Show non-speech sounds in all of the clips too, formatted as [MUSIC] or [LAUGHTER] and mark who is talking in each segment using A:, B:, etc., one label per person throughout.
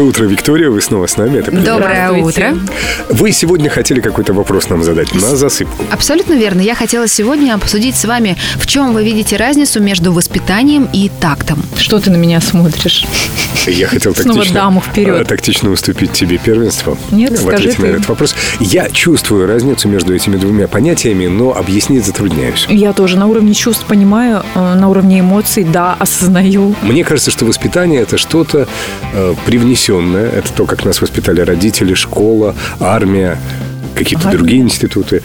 A: утро, Виктория. Вы снова с нами. Это приятно.
B: Доброе
C: Здравствуйте.
B: утро.
A: Вы сегодня хотели какой-то вопрос нам задать на засыпку.
B: Абсолютно верно. Я хотела сегодня обсудить с вами, в чем вы видите разницу между воспитанием и тактом.
C: Что ты на меня смотришь?
A: Я хотел
C: Снова
A: тактично,
C: даму вперед.
A: э, тактично уступить тебе первенство.
C: Нет,
A: в
C: скажи
A: ответе на
C: ты.
A: этот вопрос. Я чувствую разницу между этими двумя понятиями, но объяснить затрудняюсь.
C: Я тоже на уровне чувств понимаю, э, на уровне эмоций, да, осознаю.
A: Мне кажется, что воспитание это что-то э, привнесенное. Это то, как нас воспитали родители, школа, армия, какие-то
C: Ага.
A: другие институты.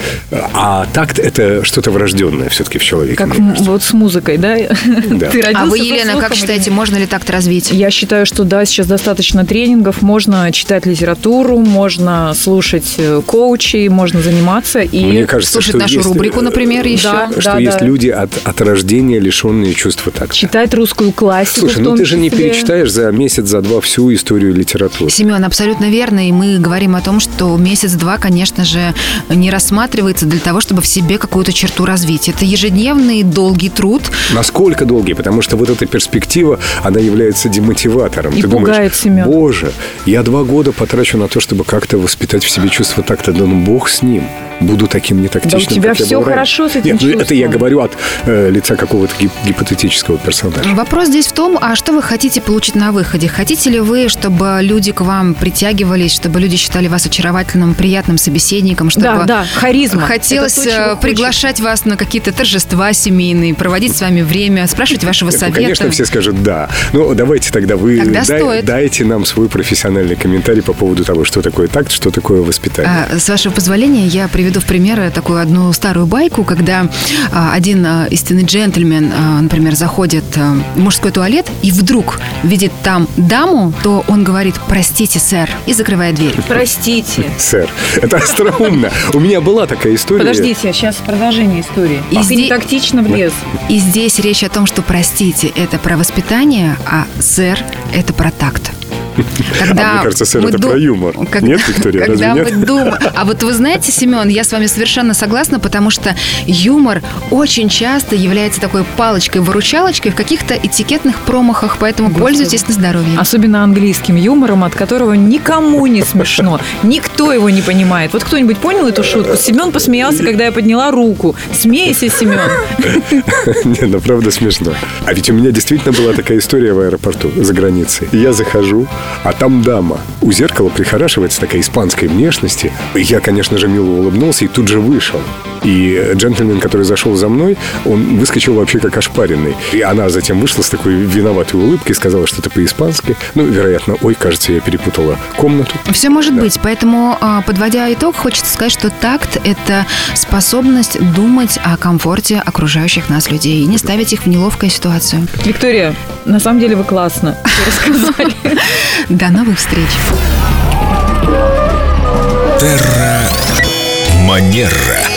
A: А такт это что-то врожденное все-таки в человеке.
C: Как
A: мне
C: м- вот с музыкой, да?
A: Да.
C: Ты
B: А
C: родился
B: вы,
C: со
B: Елена,
C: слухом
B: как
C: или
B: считаете,
C: нет?
B: можно ли такт развить?
C: Я считаю, что да, сейчас достаточно тренингов, можно читать литературу, можно слушать э, коучей, можно заниматься и
A: Мне кажется,
B: слушать
A: что
B: нашу
A: есть,
B: рубрику,
A: э,
B: например, еще.
C: Да.
A: что есть люди от, от рождения лишенные чувства такта.
C: читать русскую классику.
A: Слушай,
C: в
A: ну
C: том
A: ты же не
C: числе.
A: перечитаешь за месяц, за два всю историю литературы.
B: Семен, абсолютно верно. И мы говорим о том, что месяц-два, конечно же, не рассматривается для того, чтобы в себе какую-то черту развить. Это ежедневный долгий труд.
A: Насколько долгий? Потому что вот эта перспектива, она является демотиватором.
C: И
A: Ты
C: пугает,
A: думаешь,
C: Семен.
A: боже, я два года потрачу на то, чтобы как-то воспитать в себе чувство такта. Да ну бог с ним. Буду таким нетактичным.
C: Да у тебя
A: как я
C: всё
A: был раньше.
C: хорошо с этим
A: Нет, ну это я
C: чувством.
A: говорю от э, лица какого-то гип- гипотетического персонажа.
B: Вопрос здесь в том, а что вы хотите получить на выходе? Хотите ли вы, чтобы люди к вам притягивались, чтобы люди считали вас очаровательным, приятным собеседником, чтобы
C: Да, да, харизма.
B: Хотелось
C: Это то, чего
B: э,
C: хочет.
B: приглашать вас на какие-то торжества семейные, проводить с вами время, спрашивать вашего
A: Ну,
B: совета.
A: конечно, все скажут «да». Ну, давайте тогда вы
B: Тогда стоит.
A: дайте нам свой профессиональный комментарий по поводу того, что такое такт, что такое воспитание.
B: А, С вашего позволения я приведу в пример э, такую одну старую байку, когда а, один а, истинный джентльмен, а, например, заходит а, в мужской туалет и вдруг видит там даму, то он говорит «простите, сэр» и закрывает дверь.
C: Простите.
A: сэр. Это [LAUGHS] остроумно. У меня была такая история.
C: Подождите, сейчас продолжение истории.
B: И
C: И
B: здесь-
C: тактично влез.
B: И здесь речь о том, что «простите» – это про воспитание, а «сэр» – это про такт.
A: [LAUGHS]
B: Когда
A: А мне кажется, сэр,
B: мы
A: это про юмор. Нет, Виктория, разве
B: [LAUGHS] когда
A: нет?
B: мы дум- А вот вы знаете, Семен, я с вами совершенно согласна, потому что юмор очень часто является такой палочкой-выручалочкой в каких-то этикетных промахах, поэтому пользуйтесь на здоровье.
C: Особенно английским юмором, от которого никому не смешно. Никто его не понимает. Вот кто-нибудь понял эту шутку? Семен посмеялся, когда я подняла руку. Смейся, Семен.
A: [LAUGHS] Не, ну правда смешно. А ведь у меня действительно была такая история в аэропорту за границей. Я захожу, а там дама. У зеркала прихорашивается такая испанской внешности. И Я, конечно же, мило улыбнулся и тут же вышел. И джентльмен, который зашел за мной, он выскочил вообще как ошпаренный. И она затем вышла с такой виноватой улыбкой, сказала что-то по-испански. Ну, вероятно, ой, кажется, я перепутала комнату.
B: Все А может быть, поэтому, а, подводя итог, хочется сказать, что такт – это способность думать о комфорте окружающих нас людей и не ставить их в неловкую ситуацию.
C: Виктория, на самом деле вы классно всё рассказали.
B: До новых встреч!
D: Манера.